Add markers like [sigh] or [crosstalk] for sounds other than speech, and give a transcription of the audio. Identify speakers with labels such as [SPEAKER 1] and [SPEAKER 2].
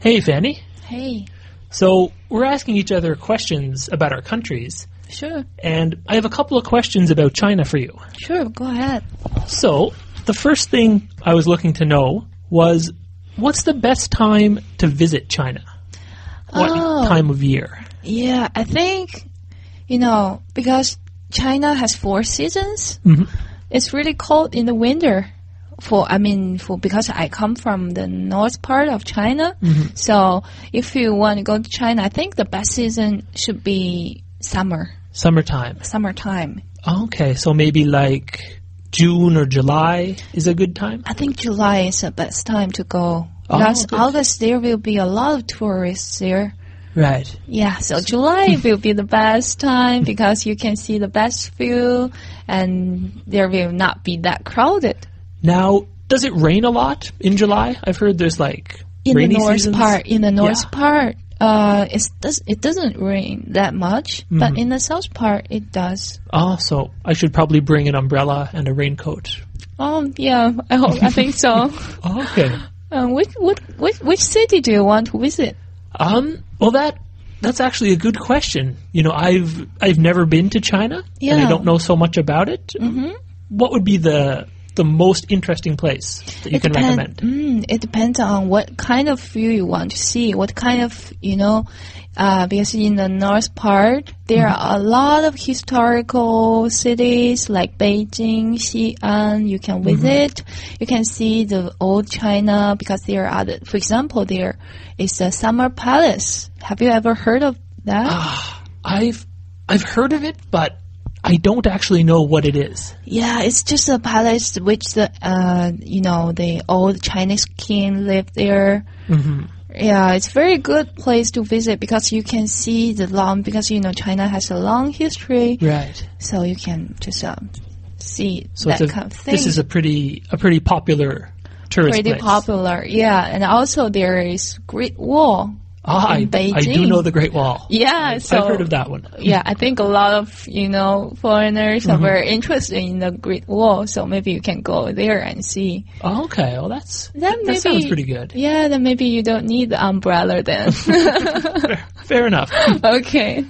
[SPEAKER 1] Hey, Fanny.
[SPEAKER 2] Hey,
[SPEAKER 1] So, we're asking each other questions about our countries,
[SPEAKER 2] sure,
[SPEAKER 1] and I have a couple of questions about China for you.
[SPEAKER 2] sure, go ahead.
[SPEAKER 1] So, the first thing I was looking to know was what's the best time to visit China? What
[SPEAKER 2] Oh.
[SPEAKER 1] time of year?
[SPEAKER 2] Yeah, I think, you know, because China has four seasons,
[SPEAKER 1] Mhm.
[SPEAKER 2] it's really cold in the winter. For I mean, for because I come from the north part of China, so if you want to go to China, I think the best season should be summer,
[SPEAKER 1] Summertime.
[SPEAKER 2] summertime.
[SPEAKER 1] Okay, so maybe like June or July is a good time?
[SPEAKER 2] I think July is the best time to go.
[SPEAKER 1] Oh,
[SPEAKER 2] Because
[SPEAKER 1] good.
[SPEAKER 2] August there will be a lot of tourists there.
[SPEAKER 1] Right.
[SPEAKER 2] Yeah,
[SPEAKER 1] [laughs]
[SPEAKER 2] so July will be the best time because you can see the best view and there will not be that crowded.
[SPEAKER 1] Now, does it rain a lot in July? I've heard there's like
[SPEAKER 2] In
[SPEAKER 1] rainy
[SPEAKER 2] the north
[SPEAKER 1] seasons.
[SPEAKER 2] part, in the north
[SPEAKER 1] Yeah.
[SPEAKER 2] part, uh, it's, does, it doesn't rain that much,
[SPEAKER 1] Mm-hmm.
[SPEAKER 2] but in the south part, it does.
[SPEAKER 1] Oh, so I should probably bring an umbrella and a raincoat.
[SPEAKER 2] Um, yeah, I hope, I think
[SPEAKER 1] [laughs]
[SPEAKER 2] so.
[SPEAKER 1] Okay.
[SPEAKER 2] Um, which, which, which, which city do you want to visit?
[SPEAKER 1] Um. Well, that that's actually a good question. You know, I've I've never been to China, and I
[SPEAKER 2] Yeah.
[SPEAKER 1] don't know so much about it. Mm-hmm. What would be the the most interesting place that you can
[SPEAKER 2] depend-
[SPEAKER 1] recommend?
[SPEAKER 2] Mm, it depends on what kind of view you want to see. What kind of you know, uh, because in the north part there
[SPEAKER 1] Mm-hmm.
[SPEAKER 2] are a lot of historical cities like Beijing, Xi'an. You can
[SPEAKER 1] Mm-hmm.
[SPEAKER 2] visit. You can see the old China because there are the, for example, there is the Summer Palace. Have you ever heard of that?
[SPEAKER 1] Ah, I've I've heard of it, but I don't actually know what it is.
[SPEAKER 2] Yeah, it's just a palace which the uh, you know the old Chinese king lived there. Mm-hmm. Yeah, it's very good place to visit because you can see the long because you know China has a long history,
[SPEAKER 1] Right.
[SPEAKER 2] so you can just um, see
[SPEAKER 1] So
[SPEAKER 2] that
[SPEAKER 1] it's a,
[SPEAKER 2] kind of thing.
[SPEAKER 1] this is a pretty a pretty popular tourist
[SPEAKER 2] pretty
[SPEAKER 1] place.
[SPEAKER 2] popular. Yeah, and also there is Great Wall.
[SPEAKER 1] ah, I,
[SPEAKER 2] in
[SPEAKER 1] I do
[SPEAKER 2] Beijing.
[SPEAKER 1] know the Great Wall.
[SPEAKER 2] Yeah, so
[SPEAKER 1] I've heard of that one.
[SPEAKER 2] yeah, I think a lot of you know foreigners
[SPEAKER 1] Mm-hmm.
[SPEAKER 2] are very interested in the Great Wall, so maybe you can go there and see.
[SPEAKER 1] Okay, well that's
[SPEAKER 2] Then
[SPEAKER 1] that
[SPEAKER 2] maybe,
[SPEAKER 1] sounds pretty good.
[SPEAKER 2] [laughs] Yeah, then maybe you don't need the umbrella then.
[SPEAKER 1] Fair enough.
[SPEAKER 2] [laughs] okay.